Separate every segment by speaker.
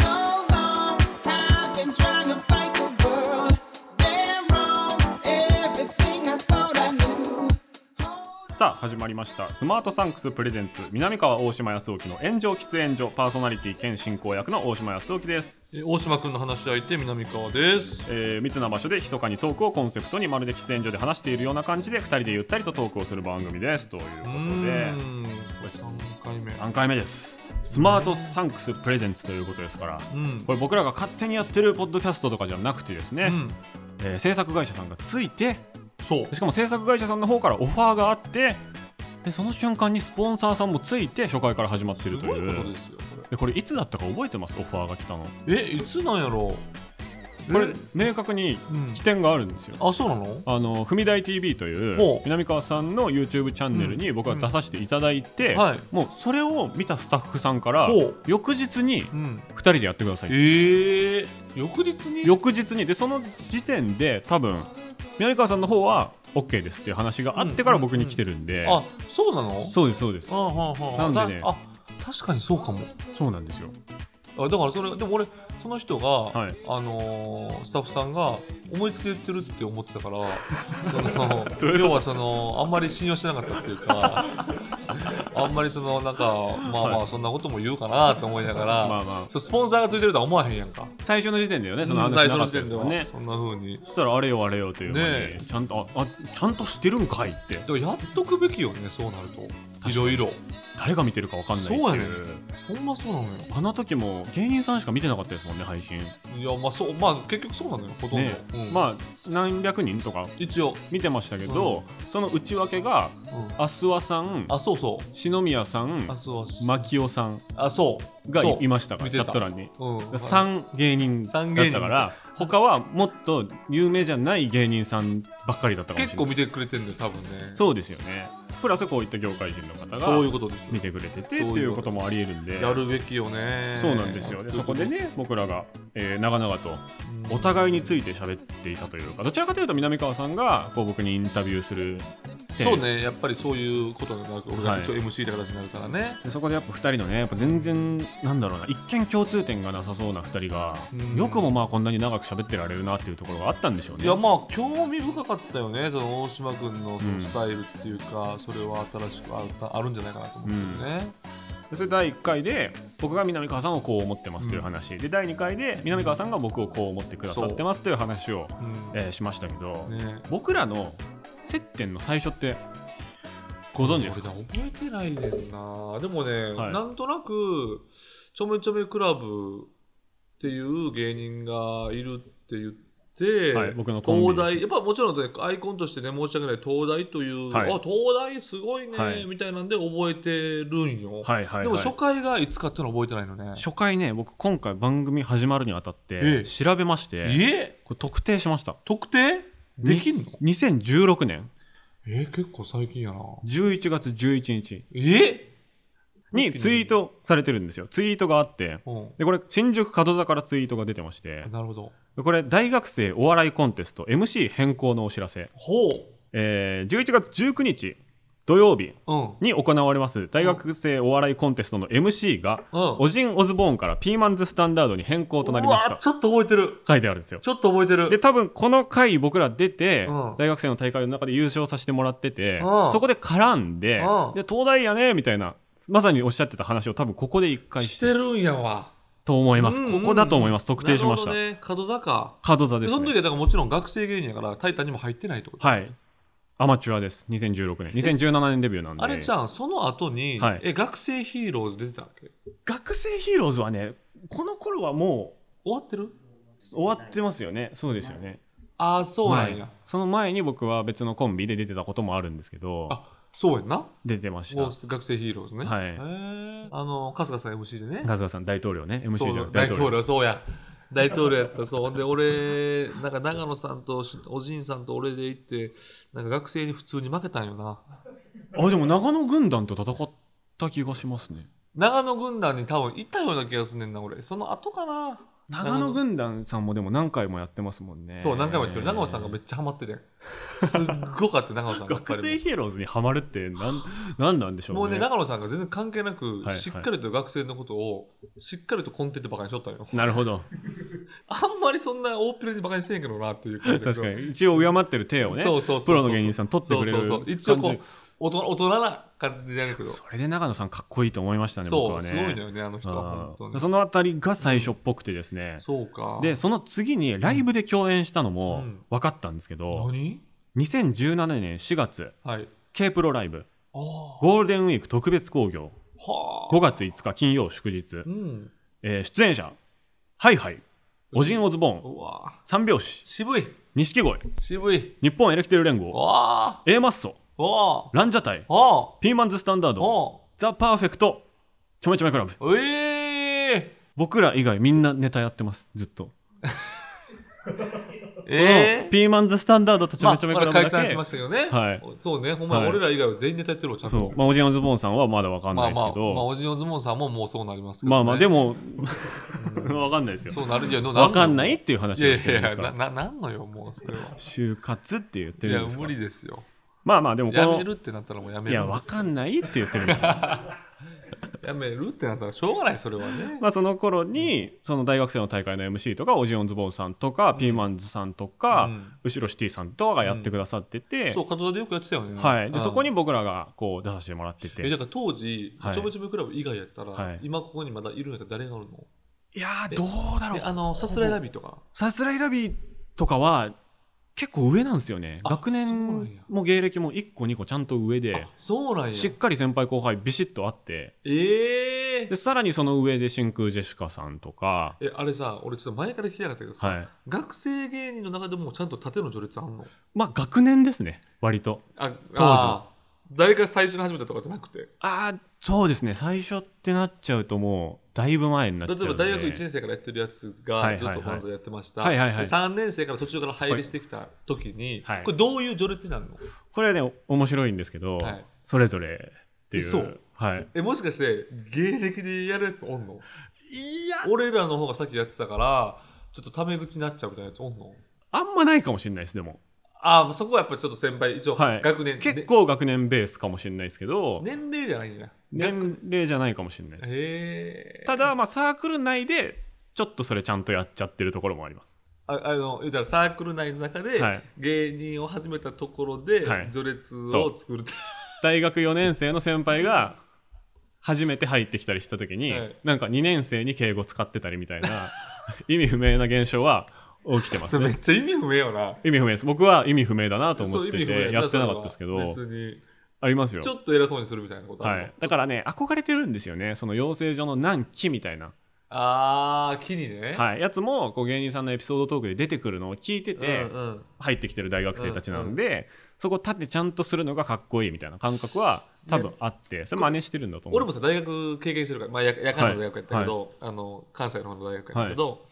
Speaker 1: So long, I've been trying to fight the world. Damn wrong, everything I thought I knew.
Speaker 2: さあ、始まりました。スマートサンクスプレゼンツ、南川大島康沖の炎上喫煙所、パーソナリティ兼進行役の大島康沖です。
Speaker 3: え大島くんの話し相手、南川です。
Speaker 2: えー密な場所で密かにトークをコンセプトにまるで喫煙所で話しているような感じで、2人でゆったりとトークをする番組です。という
Speaker 3: うー
Speaker 2: ことで、
Speaker 3: ん、これ3回目。
Speaker 2: 3回目です。スマートサンクスプレゼンツということですから、
Speaker 3: うん。
Speaker 2: これ僕らが勝手にやってるポッドキャストとかじゃなくてですね、
Speaker 3: うん。
Speaker 2: えー制作会社さんがついて
Speaker 3: そう。
Speaker 2: しかも制作会社さんの方からオファーがあってでその瞬間にスポンサーさんもついて初回から始まって
Speaker 3: す
Speaker 2: ると
Speaker 3: ご
Speaker 2: い
Speaker 3: いうことですよ、こ
Speaker 2: でこれいつだったか覚えてますオファーが来たのこ
Speaker 3: れ。え、いつなんやろう
Speaker 2: れ
Speaker 3: え
Speaker 2: 明確に
Speaker 3: うん
Speaker 2: 起。点があるんですよ
Speaker 3: あ、そうなの
Speaker 2: あの踏み台 TV という
Speaker 3: ほう
Speaker 2: 南川さんの YouTube チャンネルに僕は出させていただいて、
Speaker 3: うんはい
Speaker 2: もうそれを見たスタッフさんから
Speaker 3: ほう
Speaker 2: 翌日に
Speaker 3: うん。
Speaker 2: 2人でやってくださいって
Speaker 3: ええ翌日に
Speaker 2: 翌日にでその時点で多分南川さんの方は OK ですっていう話があってから僕に来てるんで、
Speaker 3: あ、そうなの
Speaker 2: そうですそうです
Speaker 3: あはあはあ
Speaker 2: なんでね
Speaker 3: あ確かにそうかも
Speaker 2: そうなんですよ
Speaker 3: あだからそれでも俺その人が、
Speaker 2: はい
Speaker 3: あのースタッフさんが思いつきで言ってるって思って たからその
Speaker 2: どういうこと
Speaker 3: 要はそのあんまり信用してなかったっていうかあんまりそのなんかまあま
Speaker 2: は
Speaker 3: あそんなことも言うかなと思いながら、
Speaker 2: まあまあ
Speaker 3: そうスポンサーがついてるとは思わへんやんか
Speaker 2: 最初の時点だよねその話
Speaker 3: 最
Speaker 2: しなか
Speaker 3: 初の
Speaker 2: っ
Speaker 3: 時
Speaker 2: たで
Speaker 3: 点
Speaker 2: す
Speaker 3: で
Speaker 2: も
Speaker 3: は、
Speaker 2: んねそ
Speaker 3: そんな風に
Speaker 2: したらあれよあれよという間に、
Speaker 3: ねえ
Speaker 2: ちゃんとああちゃんとしてるんかいって
Speaker 3: でもやっとくべきよねそうなると
Speaker 2: かに
Speaker 3: いろいろ
Speaker 2: 誰が見てるかわかんないっていう
Speaker 3: そうやねほんまそうなのよ
Speaker 2: あの時も芸人さんしか見てなかったですもんね配信
Speaker 3: いやまあそうまあ結局そうなのよほとんど、
Speaker 2: ね、
Speaker 3: うん
Speaker 2: まあ何百人とか
Speaker 3: 一応、
Speaker 2: 見てましたけど、その内訳が
Speaker 3: うん
Speaker 2: 阿諏訪さん
Speaker 3: あそうそう
Speaker 2: 篠宮さん
Speaker 3: あそう
Speaker 2: 牧尾さん
Speaker 3: あそう
Speaker 2: が
Speaker 3: そ
Speaker 2: いういましたから
Speaker 3: 見て
Speaker 2: チャ
Speaker 3: た
Speaker 2: ット欄に
Speaker 3: うん
Speaker 2: 3芸人だったから他はもっと有名じゃない芸人さんばっかりだったかもし
Speaker 3: 結
Speaker 2: れな
Speaker 3: 構
Speaker 2: い
Speaker 3: 見てくれてるんだよ多分ね
Speaker 2: そうですよねプラスこういった業界人の方
Speaker 3: そういう
Speaker 2: が
Speaker 3: ことです
Speaker 2: 見てくれててって
Speaker 3: そういうこと
Speaker 2: いうこともありえるんで
Speaker 3: やるべきよね
Speaker 2: そうなんですよねそこでね僕らが、えー長々とお互いについて喋っていたというかどちらかというと南川さんがこう僕にインタビューする
Speaker 3: いそうねやっぱりそういうことになる俺
Speaker 2: は
Speaker 3: が
Speaker 2: い
Speaker 3: 一応 MC って形になるからね
Speaker 2: でそこでやっぱ2人のねやっぱ全然なんだろうな一見共通点がなさそうな2人が
Speaker 3: うん
Speaker 2: よくもまあこんなに長く喋ってられるなっていうところがあったんでしょうね
Speaker 3: いやまあ興味深かったよねその大島君のそ
Speaker 2: うん
Speaker 3: のスタイルっていうかそれは新しくあったあるんじゃないかなと思うんだよね
Speaker 2: でそれ第1回で僕が南川さんをこう思ってますという話、で第2回で南川さんが僕をこう思ってくださってますという話を、
Speaker 3: うん
Speaker 2: えーしましたけど、
Speaker 3: ね
Speaker 2: 僕らの接点の最初ってご存知です
Speaker 3: 俺
Speaker 2: か
Speaker 3: な覚えてないねんなでもね、
Speaker 2: はい
Speaker 3: なんとなくちょめちょめクラブっていう芸人がいるって言って、
Speaker 2: はい僕のコンビ
Speaker 3: 東大やっぱもちろん、ね、アイコンとしてね申し訳ない東大という、
Speaker 2: はい
Speaker 3: あ東大すごいね、
Speaker 2: はい
Speaker 3: みたいなんで覚えてるん
Speaker 2: は
Speaker 3: よ、
Speaker 2: いはいはい
Speaker 3: でも初回がいつかっていうのは覚えてないのね
Speaker 2: 初回ね僕今回番組始まるにあたって
Speaker 3: ええ
Speaker 2: 調べまして、
Speaker 3: え
Speaker 2: これ特定しました
Speaker 3: 特定できんの
Speaker 2: に2016年
Speaker 3: え結構最近やな
Speaker 2: 11月11日
Speaker 3: え
Speaker 2: にツイートされてるんですよツイートがあって
Speaker 3: うん
Speaker 2: でこれ新宿門座からツイートが出てまして
Speaker 3: なるほど
Speaker 2: これ大学生お笑いコンテスト MC 変更のお知らせ
Speaker 3: ほ
Speaker 2: えー11月19日土曜日
Speaker 3: ううん
Speaker 2: に行われます大学生お笑いコンテストの MC が、
Speaker 3: うん
Speaker 2: オジン・オズボーンからピーマンズスタンダードに変更となりまし
Speaker 3: うわ
Speaker 2: た
Speaker 3: ちょっと覚えてる
Speaker 2: 書いてあるんですよ
Speaker 3: ちょっと覚えてる
Speaker 2: で多分この回僕ら出て、
Speaker 3: うん
Speaker 2: 大学生の大会の中で優勝させてもらってて、
Speaker 3: うん
Speaker 2: そこで絡んで,、
Speaker 3: うん
Speaker 2: で東大やねみたいなまさにおっしゃってた話を多分ここで一回し
Speaker 3: しててるんやわ。
Speaker 2: と思います、
Speaker 3: うんうんうん
Speaker 2: ここだと思います特定しました、
Speaker 3: なるほどね、角坂。
Speaker 2: 角座
Speaker 3: で
Speaker 2: です、
Speaker 3: その時
Speaker 2: ね、
Speaker 3: はだからもちろん学生芸人やから、タイタンにも入ってないってこと。
Speaker 2: はいアマチュアです2016年2017年デビューなんで
Speaker 3: あれちゃん、その後に、
Speaker 2: はい
Speaker 3: え、学生ヒーローズ出てたわけ
Speaker 2: 学生ヒーローズはねこの頃はも
Speaker 3: 終わってる
Speaker 2: う終わってますよねそうですよね
Speaker 3: ああ、そうなんや。
Speaker 2: はいその前に僕は別のコンビで出てたこともあるんですけど
Speaker 3: あ、そうやんな。
Speaker 2: 出てまし
Speaker 3: も
Speaker 2: た
Speaker 3: う学生ヒーローズね。
Speaker 2: はい
Speaker 3: へーあの、春日さん MC でね。
Speaker 2: 春日さん大統領ね MC じゃ
Speaker 3: そ
Speaker 2: な
Speaker 3: うそう
Speaker 2: くて
Speaker 3: 大統領、そうや。大統領やった、そう。ほんで、俺、なんか長野さんとし、おじいさんと俺で行って、なんか学生に普通に負けたんよな。
Speaker 2: あでも長野軍団と戦った気がしますね
Speaker 3: 長野軍団に多分いたような気がすんねんな俺その後かな、
Speaker 2: 長野軍団さんもでも何回もやってますもんね
Speaker 3: そう何回も言ってる長野さんがめっちゃハマっててんすっごかった長野さんがやっ ぱ
Speaker 2: 学生
Speaker 3: り
Speaker 2: ヒーローズにはまるって なんなんなんでしょうね
Speaker 3: もうね長野さんが全然関係なく、
Speaker 2: はい
Speaker 3: しっかりと学生のことをしっかりとコンテンツバカにしとったのよ
Speaker 2: なるほ ど
Speaker 3: あんまりそんな大っぴらにバカにせえんけどなっていう感じだけ
Speaker 2: 確
Speaker 3: ど
Speaker 2: かに一応敬ってる手をね
Speaker 3: そうそうそうそ
Speaker 2: プ
Speaker 3: う
Speaker 2: ロの芸人さん取ってくれる
Speaker 3: そうそうそう一応こ
Speaker 2: 感
Speaker 3: う
Speaker 2: じ
Speaker 3: 大人大人な感じでやるけど
Speaker 2: それで長野さんかっこいいと思いましたね僕
Speaker 3: そう、
Speaker 2: はね
Speaker 3: すごいのよねあの人
Speaker 2: あ
Speaker 3: は
Speaker 2: ー
Speaker 3: 本当
Speaker 2: そ
Speaker 3: に
Speaker 2: のあたりが最初っぽくてですね、
Speaker 3: そうか
Speaker 2: でその次にライブで共演したのも
Speaker 3: うん
Speaker 2: 分かったんですけど、
Speaker 3: 何
Speaker 2: 2017年4月
Speaker 3: はい
Speaker 2: K プロライブ
Speaker 3: ああ
Speaker 2: ゴールデンウィーク特別興行
Speaker 3: は
Speaker 2: 5月5日金曜祝日
Speaker 3: う、ん
Speaker 2: えー出演者ハイハイオジンオズボーン
Speaker 3: うわ
Speaker 2: 三拍子
Speaker 3: 渋い
Speaker 2: 錦鯉
Speaker 3: 渋い
Speaker 2: 日本エレキテル連合
Speaker 3: わ
Speaker 2: A マッソ
Speaker 3: あわ
Speaker 2: ランジャタイ
Speaker 3: あわ
Speaker 2: ピーマンズスタンダード
Speaker 3: あ
Speaker 2: ザ・パーフェクトちょめちょめクラブ
Speaker 3: ええ
Speaker 2: 僕ら以外みんなネタやってますずっと、この
Speaker 3: ええ
Speaker 2: ピーマンズスタンダードとちょ
Speaker 3: ま
Speaker 2: め
Speaker 3: あ、
Speaker 2: ちょめ
Speaker 3: ま
Speaker 2: クラ
Speaker 3: だ
Speaker 2: ブだけ、
Speaker 3: 解散しましたけどね。
Speaker 2: はい
Speaker 3: そうね、ほんまに
Speaker 2: はい
Speaker 3: 俺ら以外は全員ネタやってるわ、ちゃんと。
Speaker 2: そう、まあ、オジンオズボーンさんはまだわかん
Speaker 3: ま
Speaker 2: ない
Speaker 3: あ
Speaker 2: で
Speaker 3: ますあ、
Speaker 2: けど、
Speaker 3: まあ、おじのズボンさんももうそうなりますけど、ね。
Speaker 2: まあまあ、でも、 わかんないです
Speaker 3: そ
Speaker 2: よ。
Speaker 3: うなるよ。
Speaker 2: わかんないいっていう
Speaker 3: い
Speaker 2: 話
Speaker 3: や
Speaker 2: を
Speaker 3: い
Speaker 2: してる
Speaker 3: や
Speaker 2: んです
Speaker 3: いや、
Speaker 2: か
Speaker 3: な、
Speaker 2: ら。
Speaker 3: ななんのよ、もう、それは。
Speaker 2: 就活って言って
Speaker 3: い
Speaker 2: る
Speaker 3: や
Speaker 2: んで、すか
Speaker 3: 無理ですよ。
Speaker 2: まあまあ、でもこ
Speaker 3: や
Speaker 2: の
Speaker 3: め、るってなったらもうやめ
Speaker 2: い
Speaker 3: る
Speaker 2: や、
Speaker 3: んで
Speaker 2: わ
Speaker 3: す
Speaker 2: かんないって言ってるん ですから。
Speaker 3: やめるってなったらしょうがない、それはね。
Speaker 2: まあその頃に、その大学生の大会の MC とか、オジンオズボーンさんとか、ピーマンズさんとか
Speaker 3: うん、
Speaker 2: 後ろシティさんとかがやってくださってて
Speaker 3: そ、う、活動でよくやってたよね。
Speaker 2: はい。で、
Speaker 3: うん
Speaker 2: そこに僕らがこう出させてもらって
Speaker 3: え、だ
Speaker 2: て。
Speaker 3: から当時、
Speaker 2: はい
Speaker 3: ちょぶちょぶクラブ以外やったら、
Speaker 2: はい
Speaker 3: 今ここにまだいるんやったら誰がおるの
Speaker 2: いやー、どうだろ
Speaker 3: で、あ
Speaker 2: う。
Speaker 3: の、さすらいラビとか。
Speaker 2: さすらいラビーとかは、結構上なんですよね。
Speaker 3: あ
Speaker 2: 学
Speaker 3: そうなん
Speaker 2: 年
Speaker 3: や
Speaker 2: も芸歴も1個2個ちゃんと上で
Speaker 3: あ。そうなんや。
Speaker 2: しっかり先輩後輩ビシッとあって
Speaker 3: ええ
Speaker 2: でさらにその上で真空ジェシカさんとか
Speaker 3: え、あれさ、俺ちょっと前から聞きたかったけどさ、
Speaker 2: はい
Speaker 3: 学生芸人の中でもちゃんと縦の序列あんの
Speaker 2: まあ学年ですね割と
Speaker 3: あ、
Speaker 2: 当時
Speaker 3: あー誰が最初に始めたとかじゃなくて。
Speaker 2: ああそうですね最初ってなっちゃうともうだいぶ前になっちゃ
Speaker 3: 例
Speaker 2: う
Speaker 3: え
Speaker 2: ので
Speaker 3: ば大学1年生からやってるやつ
Speaker 2: はい
Speaker 3: が
Speaker 2: はい
Speaker 3: ずっ
Speaker 2: はい
Speaker 3: と漫才やってました、
Speaker 2: はいはいはい
Speaker 3: で3年生から途中から入りしてきた時に、
Speaker 2: はい
Speaker 3: これどういう序列になるの
Speaker 2: これはね面白いんですけど、
Speaker 3: はい
Speaker 2: それぞれっていう
Speaker 3: そう
Speaker 2: はい
Speaker 3: えもしかして芸歴でやるやつおんの
Speaker 2: いや
Speaker 3: 俺らの方が先やってたからちょっとタメ口になっちゃうみたいなやつおんの
Speaker 2: あんまないかもしれないですでも、
Speaker 3: ああそこはやっぱりちょっと先輩一応
Speaker 2: はい、
Speaker 3: 学年、
Speaker 2: 結
Speaker 3: ね
Speaker 2: 構学年ベースかもしれないですけど
Speaker 3: 年齢じゃないんや
Speaker 2: 年齢じゃないかもしれないです
Speaker 3: へえ
Speaker 2: ただまあサークル内でちょっとそれちゃんとやっちゃってるところもあります
Speaker 3: ああの言うたらサークル内の中で
Speaker 2: はい
Speaker 3: 芸人を始めたところで
Speaker 2: はい
Speaker 3: 序列を作るって、
Speaker 2: 大学4年生の先輩が初めて入ってきたりした時に、
Speaker 3: はい
Speaker 2: なんか2年生に敬語使ってたりみたいな意味不明な現象は起きてます
Speaker 3: それめ
Speaker 2: ね
Speaker 3: っちゃ意味不明よな
Speaker 2: 意味不明です僕は意味不明だなと思
Speaker 3: そう
Speaker 2: っ
Speaker 3: 意
Speaker 2: て
Speaker 3: 味不明
Speaker 2: て
Speaker 3: な
Speaker 2: やってなかったですけど
Speaker 3: 別に
Speaker 2: ありますよ
Speaker 3: ちょっと偉そうにするみたいなことあ
Speaker 2: は
Speaker 3: るの
Speaker 2: い、だからね憧れてるんですよねその養成所の何期みたいな、
Speaker 3: あー木にね、
Speaker 2: はい、やつもこう芸人さんのエピソードトークで出てくるのを聞いてて、
Speaker 3: うんうん、
Speaker 2: 入ってきてる大学生たちなんで、そこ立ってちゃんとするのがかっこいいみたいな感覚は多分あって、それ真似してるんだと思う
Speaker 3: 俺もさ大学経験してるから、まあ、夜夜間の大学やったけど、あの関西の方の大学やったけど、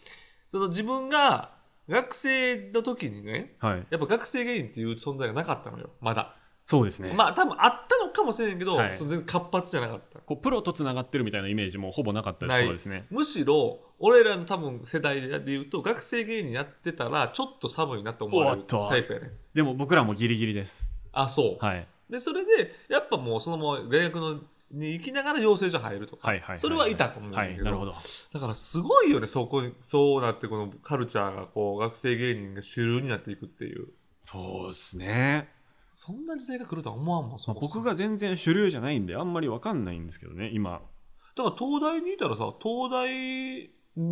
Speaker 3: その自分が学生の時にね
Speaker 2: はい、
Speaker 3: やっぱ学生芸人っていう存在がなかったのよまだ
Speaker 2: そうですね、
Speaker 3: まあ多分あったのかもしれんけど、
Speaker 2: はい
Speaker 3: その全然活発じゃなかった
Speaker 2: こうプロとつながってるみたいなイメージもほぼなかったところですね。
Speaker 3: むしろ俺らの多分世代で言うと学生芸人やってたらちょっと寒いなと思われ
Speaker 2: お
Speaker 3: る
Speaker 2: っと
Speaker 3: タイプやね
Speaker 2: でも僕らもギリギリです。
Speaker 3: あそう、
Speaker 2: はい。
Speaker 3: でそれでやっぱもうそのまま大学のに行きながら養成所入るとか、
Speaker 2: はいはいはい
Speaker 3: それはいたと思うんだ
Speaker 2: は
Speaker 3: けど,、
Speaker 2: い、なるほど。
Speaker 3: だからすごいよねそこにそうなってこのカルチャーがこう学生芸人が主流になっていくっていう
Speaker 2: そうですね。
Speaker 3: そんな時代が来るとは思わんもんそ
Speaker 2: まあ
Speaker 3: もそ
Speaker 2: 僕
Speaker 3: も
Speaker 2: が全然主流じゃないんで、あんまりわかんないんですけどね、今。
Speaker 3: だから東大にいたらさ東大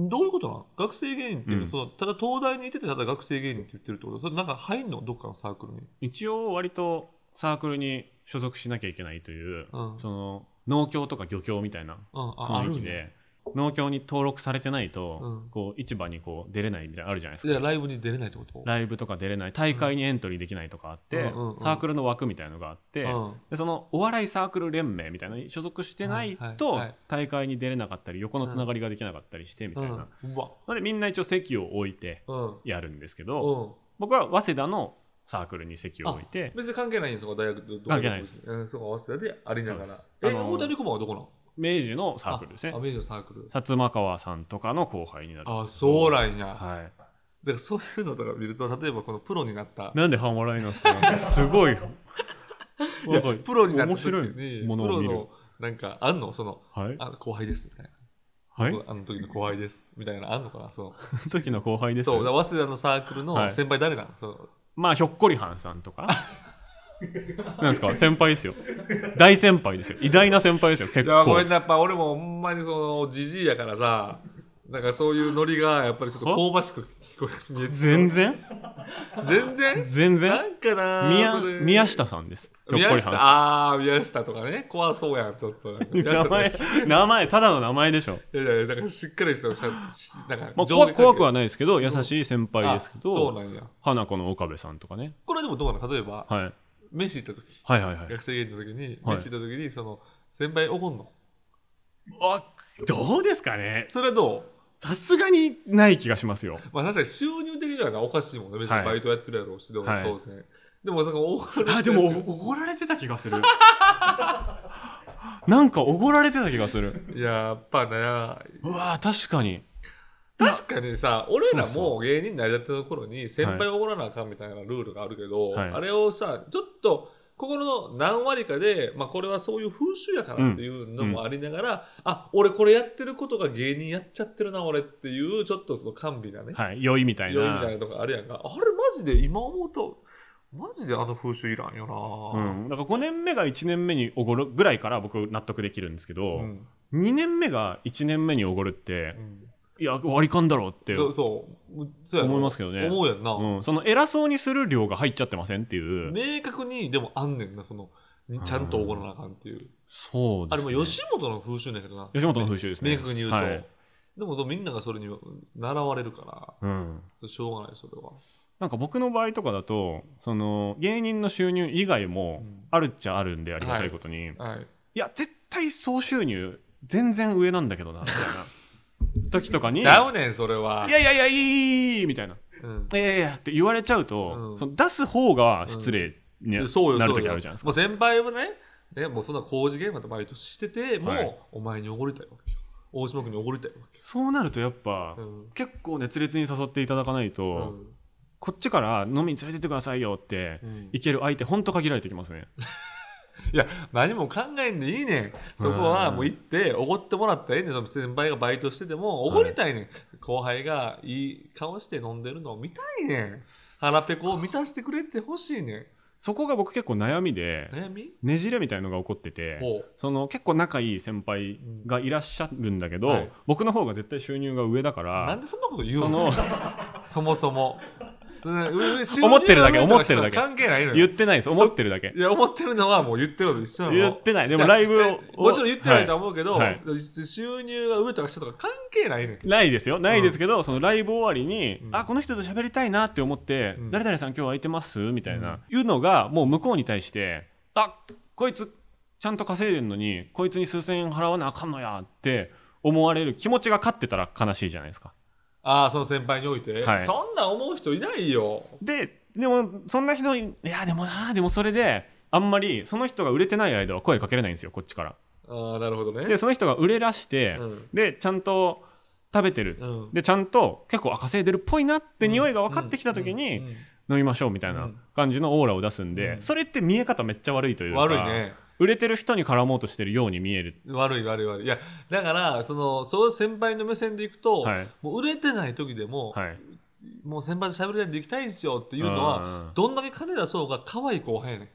Speaker 3: どういうことなん学生芸人っていうのは、
Speaker 2: うん
Speaker 3: そのただ東大にいててただ学生芸人って言ってるってことそれなんか入んのどっかのサークルに
Speaker 2: 一応割とサークルに所属しなきゃいけないという、
Speaker 3: うん
Speaker 2: その農協とか漁協みたいな
Speaker 3: うん、ああ
Speaker 2: 雰
Speaker 3: る
Speaker 2: 囲気
Speaker 3: んや
Speaker 2: で、農協に登録されてないと、
Speaker 3: うん
Speaker 2: こう市場にこう出れないみたいなのあるじゃないです
Speaker 3: いや
Speaker 2: か。
Speaker 3: ライブに出れないってこと
Speaker 2: ライブとか出れない大会にエントリーできないとかあって、
Speaker 3: うんうんうん
Speaker 2: サークルの枠みたいのがあって、
Speaker 3: うん
Speaker 2: でそのお笑いサークル連盟みたいなのに所属してない
Speaker 3: は
Speaker 2: と
Speaker 3: いはいはい
Speaker 2: 大会に出れなかったり横のつながりができなかったりしてみたいな、な
Speaker 3: うんうわ
Speaker 2: のでみんな一応席を置いて
Speaker 3: うん
Speaker 2: やるんですけ
Speaker 3: う
Speaker 2: ど
Speaker 3: ん
Speaker 2: 僕は早稲田のサークルに席を置いて
Speaker 3: 別に関係ないんですか大学と
Speaker 2: 関係ないです
Speaker 3: うんそこ合わせたでありなが
Speaker 2: そうです
Speaker 3: らえ
Speaker 2: あのー
Speaker 3: 大谷駒はどこなの
Speaker 2: 明治のサークルですね
Speaker 3: あアメージのサークル。
Speaker 2: 薩摩川さんとかの後輩になる
Speaker 3: あ、そうなんや。
Speaker 2: はい
Speaker 3: だからそういうのとか見ると、例えばこのプロになった、
Speaker 2: なんで半笑いなんですか、ね、すごいよ
Speaker 3: いやプロになった時
Speaker 2: 面白
Speaker 3: に、
Speaker 2: いもの
Speaker 3: プ
Speaker 2: を
Speaker 3: ロ
Speaker 2: 見る
Speaker 3: の、なんか、あんのその、
Speaker 2: はい
Speaker 3: あ後輩です、みたいな。
Speaker 2: はい
Speaker 3: あの時の後輩です、みたいな、あんのかなその
Speaker 2: その時の後輩です
Speaker 3: そう、だから早稲田のサークル
Speaker 2: は
Speaker 3: の
Speaker 2: い
Speaker 3: 先輩誰なの、その
Speaker 2: まあひょっこりはんさんと かなんですか先輩ですよ大先輩ですよ偉大な先輩ですよ結
Speaker 3: いや
Speaker 2: 構
Speaker 3: ごめんなやっぱ俺もほんまにそのじじいやからさなんかそういうノリがやっぱりちょっと香ばしく聞こえ見えて
Speaker 2: 全然
Speaker 3: 全然
Speaker 2: 全然
Speaker 3: なんかな
Speaker 2: 宮
Speaker 3: それ
Speaker 2: 宮下さんですひょっこ
Speaker 3: 宮
Speaker 2: り
Speaker 3: 下
Speaker 2: は
Speaker 3: ああー宮下とかね怖そうやんちょっとなんか
Speaker 2: ん
Speaker 3: 宮
Speaker 2: 名
Speaker 3: 下とか
Speaker 2: 前
Speaker 3: し
Speaker 2: 名前ただの名前でしょ、
Speaker 3: いやいやだからしっかりしたししなんか、
Speaker 2: まあ、怖怖くは
Speaker 3: な
Speaker 2: ないですけど優しい先輩ですけ
Speaker 3: そう
Speaker 2: ど
Speaker 3: なんや
Speaker 2: 花子の岡部さんとかね、
Speaker 3: これでもどうなの例えば、
Speaker 2: はい、
Speaker 3: 飯行った時
Speaker 2: はいはいはい
Speaker 3: 学生芸人の時
Speaker 2: は
Speaker 3: に、
Speaker 2: い
Speaker 3: 飯行った時にその先輩怒んの
Speaker 2: あどうですかね
Speaker 3: それはどう
Speaker 2: さすがにない気がしますよ
Speaker 3: まあ確かに収入的にはなおかしいもんね。別に
Speaker 2: はい
Speaker 3: バイトやってるやろうし、でも
Speaker 2: はい
Speaker 3: 当然。でも、その、お
Speaker 2: あでもお怒られてた気が するなんか怒られてた気がする
Speaker 3: いや、やっぱな、
Speaker 2: うわー確かに
Speaker 3: 確かにさ、俺ら
Speaker 2: そう
Speaker 3: も芸人になりたての頃に先輩をおらなあかんみたいなルールがあるけど、
Speaker 2: はい
Speaker 3: あれをさ、ちょっと、心の何割かで、まあこれはそういう風習やからっていうのもありながら、あ、俺これやってることが芸人やっちゃってるな、俺っていう、ちょっとその甘美なね、
Speaker 2: はい良いみたいな
Speaker 3: 余韻みたいなとこあるやんか。あれマジで今思うと、マジであの風習いらんよ
Speaker 2: う
Speaker 3: な、
Speaker 2: ん、だから5年目が1年目におごるぐらいから僕納得できるんですけど、
Speaker 3: うん
Speaker 2: 2年目が1年目におごるって
Speaker 3: う、ん
Speaker 2: いや割り勘だろうって
Speaker 3: そうそううそうやろ
Speaker 2: 思いますけどね
Speaker 3: 思うやんな、
Speaker 2: うん、その偉そうにする量が入っちゃってませんっていう、
Speaker 3: 明確にでもあんねんなそのちゃんと怒らなあかんっていう、
Speaker 2: そう
Speaker 3: あ
Speaker 2: で
Speaker 3: れ
Speaker 2: す、
Speaker 3: も
Speaker 2: ね、
Speaker 3: 吉本の風習なんやけどな
Speaker 2: 吉本の風習ですね
Speaker 3: 明確に言うと、
Speaker 2: はい
Speaker 3: でもそうみんながそれに習われるから
Speaker 2: うん、
Speaker 3: そうしょうがないそれは
Speaker 2: なんか僕の場合とかだとその芸人の収入以外も
Speaker 3: うん
Speaker 2: あるっちゃあるんでありがたいことに、い、
Speaker 3: はい
Speaker 2: や絶対総収入全然上なんだけどなみたい な時とかに「い
Speaker 3: ちゃ
Speaker 2: や
Speaker 3: うねんそれはい
Speaker 2: やいやいいいい」みたいな
Speaker 3: うん
Speaker 2: 「いやいやいや」って言われちゃうと、
Speaker 3: うん
Speaker 2: その出す方が失礼にな
Speaker 3: で
Speaker 2: る
Speaker 3: そうよそうよ
Speaker 2: 時あるじゃないです
Speaker 3: も
Speaker 2: か
Speaker 3: う先輩はねねもうそんな工事現場とバイトしててもう、
Speaker 2: はい
Speaker 3: お前におごりたいわけよ大島君におごりたいわけ
Speaker 2: そうなるとやっぱ、
Speaker 3: よ、うん
Speaker 2: 結構熱烈に誘っていただかないと、
Speaker 3: うん
Speaker 2: こっちから飲みに連れてってくださいよって、
Speaker 3: うん
Speaker 2: いける相手ほんと限られてきますね
Speaker 3: いや、何も考えんでいいねん。そこはもう行って、おごってもらったらええねん。その先輩がバイトしてても、おごりたいねん。後輩がいい顔して飲んでるのを見たいねん。腹ペコを満たしてくれてほしいね
Speaker 2: そこが僕結構悩みで
Speaker 3: ん。悩み
Speaker 2: ねじれみたいのが起こってて
Speaker 3: ほう。
Speaker 2: その結構仲いい先輩がいらっしゃるんだけど、
Speaker 3: うんはい
Speaker 2: 僕の方が絶対収入が上だか
Speaker 3: なん
Speaker 2: ら
Speaker 3: でそんなこと言う
Speaker 2: そ
Speaker 3: の
Speaker 2: の
Speaker 3: そもそも。そのう う収入
Speaker 2: 思ってるだけ
Speaker 3: の面
Speaker 2: 思
Speaker 3: とか
Speaker 2: ってるだけ
Speaker 3: 関係ないの
Speaker 2: 言っ
Speaker 3: よ。
Speaker 2: てないです思ってるだけ
Speaker 3: いや、思ってるのはもう言ってるのと一緒なの。
Speaker 2: 言ってないでもライブ
Speaker 3: いや
Speaker 2: を
Speaker 3: もちろん言ってないとは思うけど、
Speaker 2: はいはい
Speaker 3: 収入が上とか下とか関係ないねん。
Speaker 2: ないですよないですけど、そのライブ終わりに、
Speaker 3: うん
Speaker 2: あこの人と喋りたいなって思って、
Speaker 3: うん
Speaker 2: 誰々さん今日空いてますみたいな、
Speaker 3: うん
Speaker 2: いうのがもう向こうに対してあこいつちゃんと稼いでんのにこいつに数千円払わなあかんのやって思われる気持ちが勝ってたら悲しいじゃないですか
Speaker 3: ああ、その先輩において、
Speaker 2: はい
Speaker 3: そんな思う人いないよ。
Speaker 2: ででもそんな人いやでもなでもそれであんまりその人が売れてない間は声かけれないんですよこっちから
Speaker 3: ああ、なるほどね。
Speaker 2: でその人が売れらして、
Speaker 3: うん
Speaker 2: でちゃんと食べてる、
Speaker 3: うん
Speaker 2: でちゃんと結構あ稼いでるっぽいなって匂いが分かってきた時に、
Speaker 3: うんうん
Speaker 2: 飲みましょうみたいな感じのオーラを出すんで、
Speaker 3: うん
Speaker 2: それって見え方めっちゃ悪いというか
Speaker 3: 悪いね
Speaker 2: 売れてる人に絡もうとしてるように見える
Speaker 3: 悪い悪い悪いいやだからそのそういう先輩の目線でいくと、
Speaker 2: はい
Speaker 3: もう売れてない時でも、
Speaker 2: はい
Speaker 3: もう先輩と喋りたいんで行きたいんですよっていうの
Speaker 2: うんう
Speaker 3: は
Speaker 2: ん
Speaker 3: どんだけ金出そうが可愛い後輩やねん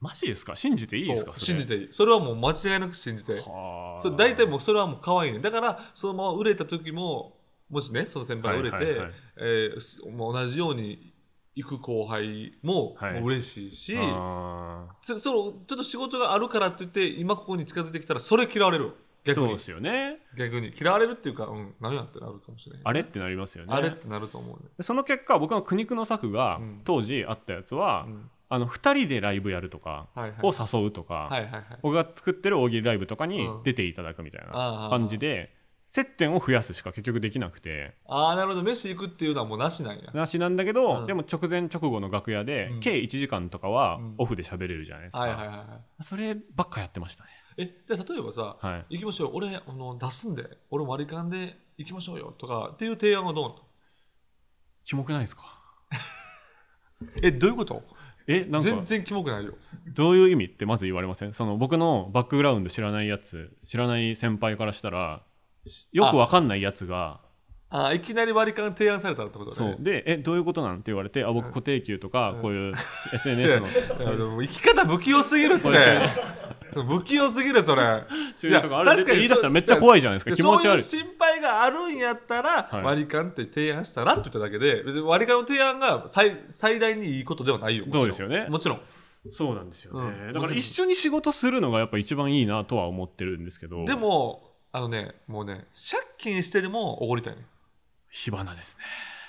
Speaker 2: マジですか信じていいですか
Speaker 3: そう信じていいそれはもう間違いなく信じて
Speaker 2: はあ
Speaker 3: そう大体もうそれはもう可愛いねんだからそのまま売れた時ももしねその先輩が売れて、
Speaker 2: はいはいはい
Speaker 3: えーすもう同じように行く後輩も,、
Speaker 2: はい
Speaker 3: もう嬉しいし
Speaker 2: あ
Speaker 3: そそのちょっと仕事があるからって言って今ここに近づいてきたらそれ嫌われる
Speaker 2: ー
Speaker 3: 逆
Speaker 2: そうで
Speaker 3: に
Speaker 2: すよね
Speaker 3: 逆に嫌われるっていうかうん何やってなるかもしれない
Speaker 2: あれってなりますよね
Speaker 3: あれってなると思うね、
Speaker 2: でその結果僕の苦肉の策が
Speaker 3: うん
Speaker 2: 当時あったやつは、
Speaker 3: うん
Speaker 2: あの2人でライブやるとか
Speaker 3: はいはい
Speaker 2: を誘うとか、
Speaker 3: はいはいはい
Speaker 2: 僕が作ってる大喜利ライブとかに
Speaker 3: うん
Speaker 2: 出ていただくみたい
Speaker 3: あ
Speaker 2: な
Speaker 3: あ
Speaker 2: 感じで、接点を増やすしか結局できなくて
Speaker 3: ああなるほど飯行くっていうのはもうなしなんや
Speaker 2: 話なんだけど、
Speaker 3: うん
Speaker 2: でも直前直後の楽屋で、
Speaker 3: うん
Speaker 2: 計1時間とかは
Speaker 3: うん
Speaker 2: オフで喋れるじゃないですか、
Speaker 3: はいはいはいは
Speaker 2: そればっかやってましたね
Speaker 3: いえで例えばさ、
Speaker 2: はい
Speaker 3: 行きましょう俺あの出すんで俺割り勘で行きましょうよとかっていう提案はどうなの
Speaker 2: キモくないですか
Speaker 3: えどういうこと
Speaker 2: えなんか
Speaker 3: 全然キモくないよ
Speaker 2: どういう意味ってまず言われませんその僕のバックグラウンド知らないやつ知らない先輩からしたらしよくわかんないやつが
Speaker 3: あいきなり割り勘提案されたってこと
Speaker 2: そう
Speaker 3: ね
Speaker 2: でえどういうことなんて言われてあ僕固定給とかこういう SNS の
Speaker 3: いやでも生き方不器用す ぎるって
Speaker 2: こういう
Speaker 3: 不器用すぎるそれ
Speaker 2: 収入とかあるって言い出したらめっちゃ怖いじゃないですか気持ち悪い
Speaker 3: そういう心配があるんやったら、
Speaker 2: はい
Speaker 3: 割り勘って提案したらって言っただけで別に割り勘の提案が最最大にいいことではないよもちろん
Speaker 2: そうですよね
Speaker 3: もちろん
Speaker 2: そうなんですよね、
Speaker 3: うん
Speaker 2: だから一緒に仕事するのがやっぱ一番いいなとは思ってるんですけど
Speaker 3: でもあのねもうね借金してでもおごりたいね
Speaker 2: 火花ですね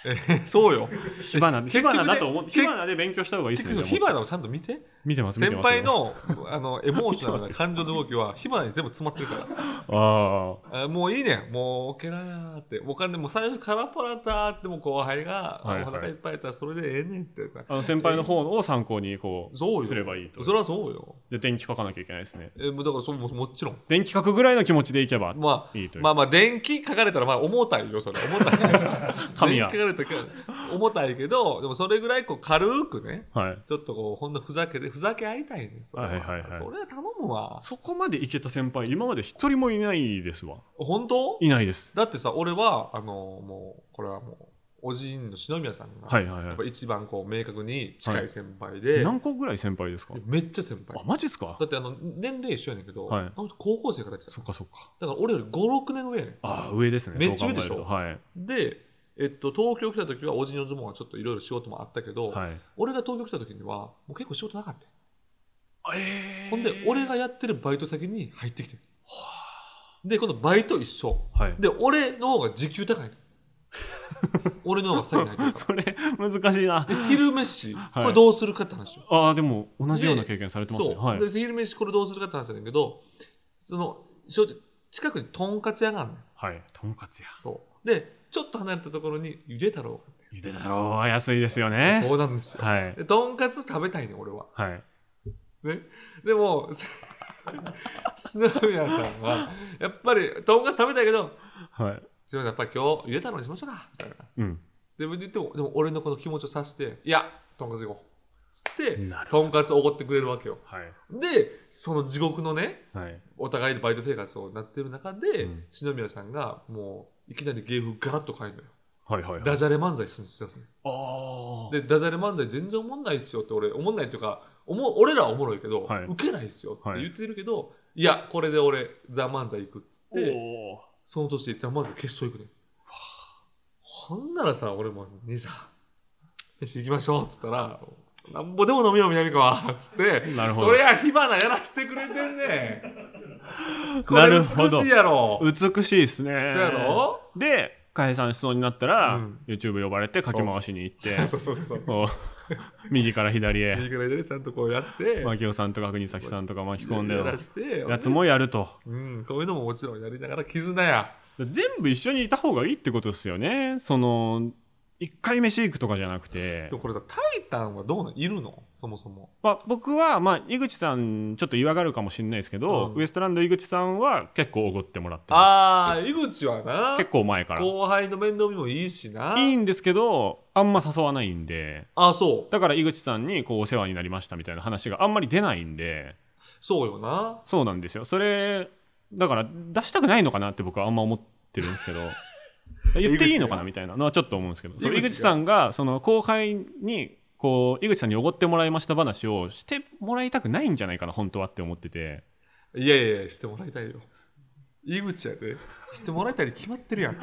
Speaker 3: えそうよ
Speaker 2: 火花
Speaker 3: 結
Speaker 2: 火
Speaker 3: 局ね
Speaker 2: 花だと思って
Speaker 3: 結
Speaker 2: 火花で勉強した方がいいで
Speaker 3: 結
Speaker 2: すね
Speaker 3: 局火花をちゃんと見て
Speaker 2: 見てます見て
Speaker 3: 先
Speaker 2: ます
Speaker 3: 輩のあのエモーショナルな感情の動きは火花に全部詰まってるから
Speaker 2: ああ
Speaker 3: あもういいねんもうオケラやーってお金もう最初空っぽだったーってもう後輩が、
Speaker 2: はいはい
Speaker 3: お腹いっぱいやったらそれでええねんって
Speaker 2: あの先輩の方を参考にこう
Speaker 3: そうよ
Speaker 2: すればいいと
Speaker 3: それはそうよ
Speaker 2: で電気書かなきゃいけないですね
Speaker 3: えもうだからそももちろん
Speaker 2: 電気書くぐらいの気持ちでいけば
Speaker 3: まあ
Speaker 2: いいという
Speaker 3: まあまあ電気書かれたらまあ重たいよそれ重たいから
Speaker 2: 神や
Speaker 3: 電気書かれたら重たいけどでもそれぐらいこう軽くね
Speaker 2: はい
Speaker 3: ちょっとこうほんのふざけてふざけ合いたいねんそれは,、
Speaker 2: はいはいはい
Speaker 3: それは頼むわ
Speaker 2: そこまでいけた先輩今まで一人もいないですわ
Speaker 3: 本当
Speaker 2: いないです
Speaker 3: だってさ俺はあのもうこれはもうおじいの篠宮さんが、
Speaker 2: はいはい
Speaker 3: や
Speaker 2: は
Speaker 3: っぱ
Speaker 2: い
Speaker 3: 一番こう明確に近い先輩で、
Speaker 2: 何個ぐらい先輩ですか
Speaker 3: めっちゃ先
Speaker 2: あ
Speaker 3: 輩
Speaker 2: マジっすか
Speaker 3: だってあの年齢一緒やねんけど、
Speaker 2: はい
Speaker 3: あの人高校生から来た
Speaker 2: そっかそっか
Speaker 3: だから俺より56年上やねん
Speaker 2: ああ上ですね
Speaker 3: めっちゃ上でしょ
Speaker 2: そう考える
Speaker 3: で、えっと、東京来た時はおじの相撲はちょっといろいろ仕事もあったけど、
Speaker 2: とはいはい
Speaker 3: 俺が東京来た時にはもう結構仕事なかったよ
Speaker 2: え
Speaker 3: ほんで俺がやってるバイト先に入ってきてんでこのバイト一緒
Speaker 2: はい
Speaker 3: で俺の方が時 給高いねん俺の方が先に入ってるか
Speaker 2: それ難しいな
Speaker 3: らで昼飯
Speaker 2: い
Speaker 3: これどうするかって話よ
Speaker 2: ああでも同じような経験されてます
Speaker 3: そ
Speaker 2: ね
Speaker 3: う、
Speaker 2: はい
Speaker 3: で昼飯これどうするかって話だけどその正直近くにとんかつ屋があるのよ
Speaker 2: はいとんかつや
Speaker 3: そうでちょっと離れたところにゆで太郎
Speaker 2: ゆで太郎は安いですよ
Speaker 3: がある
Speaker 2: ね
Speaker 3: そうなんですよ、
Speaker 2: はい
Speaker 3: でとんかつ食べたいね俺は
Speaker 2: はい
Speaker 3: ねでも 篠宮さんはやっぱりとんかつ食べたいけど
Speaker 2: はい
Speaker 3: 篠宮さんやっぱり今日ゆで太郎にしましょうかみたいな
Speaker 2: うん
Speaker 3: でも言ってもでも俺のこの気持ちを察していやとんかつ行こうつって
Speaker 2: なるほ
Speaker 3: とんかつおごってくれるわけよ
Speaker 2: はい
Speaker 3: でその地獄のね
Speaker 2: はい
Speaker 3: お互いのバイト生活をなってる中で、
Speaker 2: うん
Speaker 3: 篠宮さんがもういきなり芸風ガラッと変えるのよ、
Speaker 2: はいはいはい
Speaker 3: ダジャレ漫才しだすね
Speaker 2: ああ
Speaker 3: でダジャレ漫才全然おもんないっすよって俺おもんないっていうかおも俺らはおもろいけど、
Speaker 2: はい
Speaker 3: 受けないっすよって
Speaker 2: はい
Speaker 3: 言ってるけど、い、やこれで俺ザ・漫才行くっつって
Speaker 2: おお
Speaker 3: その年ザ・漫才決勝行くねほんならさ俺も兄さん飯行きましょうっつったらなんぼでも飲みよう南川っつって
Speaker 2: なるほど
Speaker 3: そりゃ火花やらしてくれてんねん こ
Speaker 2: な
Speaker 3: れ
Speaker 2: るほ
Speaker 3: 美
Speaker 2: ど
Speaker 3: しいやろ
Speaker 2: 美しいですね
Speaker 3: そうやろ
Speaker 2: で解散しそうになったら、
Speaker 3: うん
Speaker 2: YouTube 呼ばれてかき回しに行って
Speaker 3: そうそうそうそう。
Speaker 2: こ う右から左へ
Speaker 3: 右から左でちゃんとこうやって、
Speaker 2: 牧雄さんとか国崎さんとか巻き込んで
Speaker 3: や
Speaker 2: の
Speaker 3: らして、
Speaker 2: やつもやると
Speaker 3: うん、そういうのももちろんやりながら絆や。
Speaker 2: 全部一緒にいた方がいいってことですよねその一回飯行くとかじゃなくて
Speaker 3: でも、これさ、タイタンはどうなんいるのそもそも。
Speaker 2: まあ、僕は、まあ、井口さんちょっと嫌がるかもしれないですけど、
Speaker 3: うん
Speaker 2: ウエストランド井口さんは結構おごってもらってま
Speaker 3: ああ、井口はな
Speaker 2: す、結構前からい
Speaker 3: 後輩の面倒見もいいしな。
Speaker 2: いんですけどあんま誘わないんで
Speaker 3: あそう。
Speaker 2: だから井口さんにこうお世話になりましたみたいな話があんまり出ないんで
Speaker 3: そうよな。
Speaker 2: そうなんですよそれだから出したくないのかなって僕はあんま思ってるんです けど言っていいのかなみたいなのはちょっと思うんですけどそう
Speaker 3: 井口
Speaker 2: 井
Speaker 3: が
Speaker 2: 口さんがその後輩にこう井口さんにおごってもらいました話をしてもらいたくないんじゃないかな本当はって思ってて
Speaker 3: いやいやいや、してもらいたいよ。井口やで。してもらいたいに決まってるやん。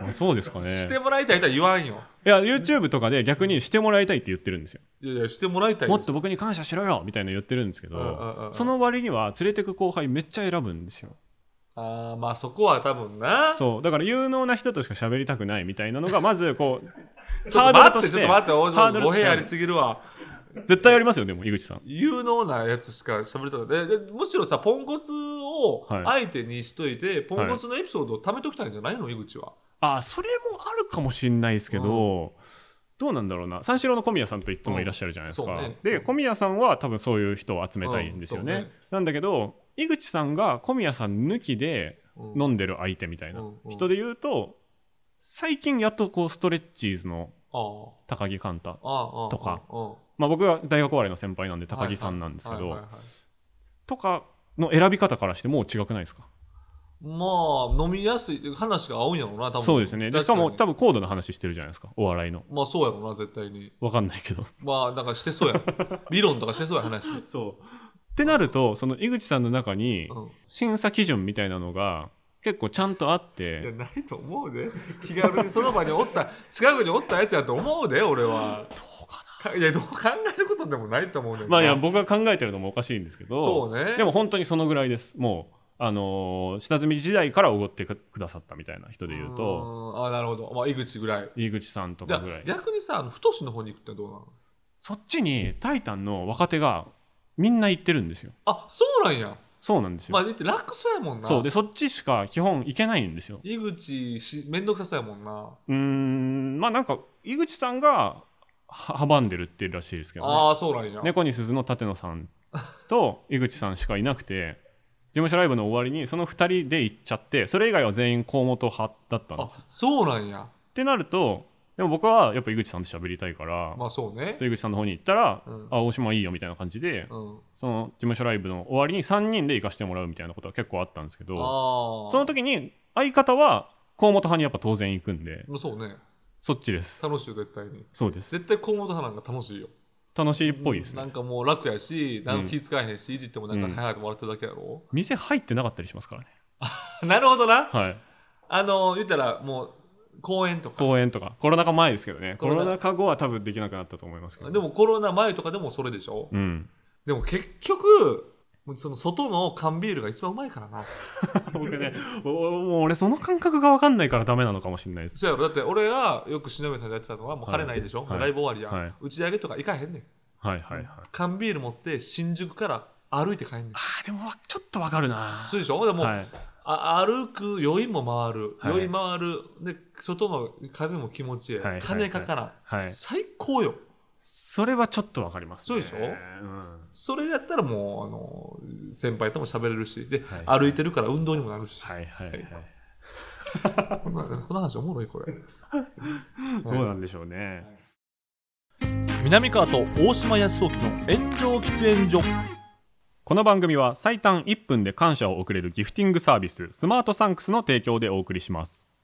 Speaker 2: あそうですかね
Speaker 3: してもらいたいとは言わんよ。
Speaker 2: いや YouTube とかで逆にしてもらいたいって言ってるんですよ
Speaker 3: いやいや、してもらいたいよ
Speaker 2: もっと僕に感謝しろよみたいな言ってるんですけ
Speaker 3: うんうんうんう
Speaker 2: ど
Speaker 3: ん
Speaker 2: その割には連れてく後輩めっちゃ選ぶんですよ
Speaker 3: ああ、まあそこは多分な。
Speaker 2: そうだから有能な人としか喋りたくないみたいなの がまずこう
Speaker 3: ちょ
Speaker 2: ハ
Speaker 3: っ
Speaker 2: ードルと
Speaker 3: と待って、
Speaker 2: し
Speaker 3: ちょってと待って、お
Speaker 2: ハードル
Speaker 3: 語
Speaker 2: として
Speaker 3: 弊ありすぎるわ。
Speaker 2: 絶対ありますよでも井口さん
Speaker 3: 有能なやつしか喋りたくないででむしろさポンコツを
Speaker 2: は
Speaker 3: 相手にしといて、ポンコツのエピソードを貯めときたいんじゃないの井口は
Speaker 2: あそれもあるかもしれないですけど、どうなんだろうな三四郎の小宮さんといつもいらっしゃるじゃないですか、
Speaker 3: うんそうね
Speaker 2: で小宮さんは多分そういう人を集めたいんですよね,、
Speaker 3: うんそうね
Speaker 2: なんだけど井口さんが小宮さん抜きで飲んでる相手みたいな
Speaker 3: うんうん
Speaker 2: 人で言うと最近やっとこうストレッチーズの
Speaker 3: ああ
Speaker 2: 高木寛太、
Speaker 3: ああ
Speaker 2: とか
Speaker 3: ああ
Speaker 2: まあ、僕は大学終わりの先輩なんで高木さんなんですけ
Speaker 3: はいはい
Speaker 2: ど
Speaker 3: はいはい
Speaker 2: とかの選び方からしてもう違くないですか
Speaker 3: まあ飲みやすい話が合うんやろうな多分
Speaker 2: そうですねでしかも
Speaker 3: 確
Speaker 2: 多分高度な話してるじゃないですかお笑いの
Speaker 3: にまあそうやろうな絶対に
Speaker 2: わかんないけど
Speaker 3: まあなんかしてそうやん理論とかしてそうや話うん
Speaker 2: そうってなるとその井口さんの中に審査基準みたいなのが結構ちゃんとあっ
Speaker 3: いや
Speaker 2: て
Speaker 3: ないと思うで気軽にその場におった近くにおったやつやと思うで俺はどうかないやどう考えることでもないと思うねんな
Speaker 2: まあいや僕が考えてるのもおかしいんですけど
Speaker 3: そうね
Speaker 2: でも本当にそのぐらいですもうあのー下積み時代からおごってくださったみたいな人で言うと
Speaker 3: うーんあなるほど、まあ、井口ぐらい
Speaker 2: 井口さんと
Speaker 3: じゃ
Speaker 2: か
Speaker 3: あ
Speaker 2: ぐらい
Speaker 3: 逆にさあの太の方に行くってどうなの
Speaker 2: そっちに「タイタン」の若手がみんな行ってるんですよ
Speaker 3: あそうなんや
Speaker 2: そうなんですよ、
Speaker 3: まあだって楽そうやもんな
Speaker 2: そうでそっちしか基本行けないんですよ
Speaker 3: 井口し面倒くさそうやもんな
Speaker 2: うーんまあなんか井口さんがは阻んでるっていうらしいですけどね
Speaker 3: ああそうなんや、
Speaker 2: 猫に鈴の舘野さんと井口さんしかいなくて事務所ライブの終わりにその2人で行っちゃってそれ以外は全員河本派だったん
Speaker 3: あ
Speaker 2: ですよ
Speaker 3: そうなんや
Speaker 2: ってなるとでも僕はやっぱ井口さんと喋りたいから、
Speaker 3: まあそうね
Speaker 2: そう井口さんの方に行ったら「
Speaker 3: うん
Speaker 2: あ大島いいよ」みたいな感じで、
Speaker 3: うん
Speaker 2: その事務所ライブの終わりに3人で行かせてもらうみたいなことは結構あったんですけど
Speaker 3: ああ
Speaker 2: その時に相方は河本派にやっぱ当然行くんで
Speaker 3: まあそうね
Speaker 2: そっちです
Speaker 3: 楽しいよ絶対に
Speaker 2: そうです
Speaker 3: 絶対河本派なんか楽しいよ
Speaker 2: 楽しいっぽいです
Speaker 3: な
Speaker 2: ね
Speaker 3: んかもう楽やしなんか気使えへんし、いじってもなんか
Speaker 2: うん
Speaker 3: 早く笑ってるだけやろ、
Speaker 2: 店入ってなかったりしますからね
Speaker 3: なるほどな
Speaker 2: はい
Speaker 3: あの言ったらもう公演とか
Speaker 2: 公演とかコロナ禍前ですけどね
Speaker 3: コ
Speaker 2: コ
Speaker 3: ロナ
Speaker 2: ロナ禍後は多分できなくなったと思いますけど
Speaker 3: でもコロナ前とかでもそれでしょ、
Speaker 2: うん
Speaker 3: でも結局その外の缶ビールが一番うまいからな
Speaker 2: 僕ねおもう俺その感覚が分かんないからダメなのかもしれないです
Speaker 3: そうやろだって俺がよく忍さんでやってたのはもう
Speaker 2: はい
Speaker 3: 晴れないでしょ、
Speaker 2: はい
Speaker 3: ライブ終わりや、
Speaker 2: はい
Speaker 3: 打ち上げとか行かへんねん
Speaker 2: はいはいはい
Speaker 3: 缶ビール持って新宿から歩いて帰んねん
Speaker 2: あーでもわちょっと分かるな
Speaker 3: そうでしょでも、
Speaker 2: はい
Speaker 3: あ歩く酔いも回る
Speaker 2: はい
Speaker 3: 酔い回る、で外の風も気持ちいい、
Speaker 2: はいはい
Speaker 3: 金かからん、
Speaker 2: はい
Speaker 3: 最高よ
Speaker 2: それはちょっと分かりますね
Speaker 3: そうでしょ
Speaker 2: うん
Speaker 3: それやったらもうあの先輩とも喋れるしで、
Speaker 2: はいはい
Speaker 3: 歩いてるから運動にもなるし、
Speaker 2: はいはいはい
Speaker 3: こんなこの話おもろいこ れ
Speaker 2: どうなんでしょうね
Speaker 3: 南川と大島康雄の炎上喫煙所
Speaker 2: この番組は最短1分で感謝を送れるギフティングサービススマートサンクスの提供でお送りします、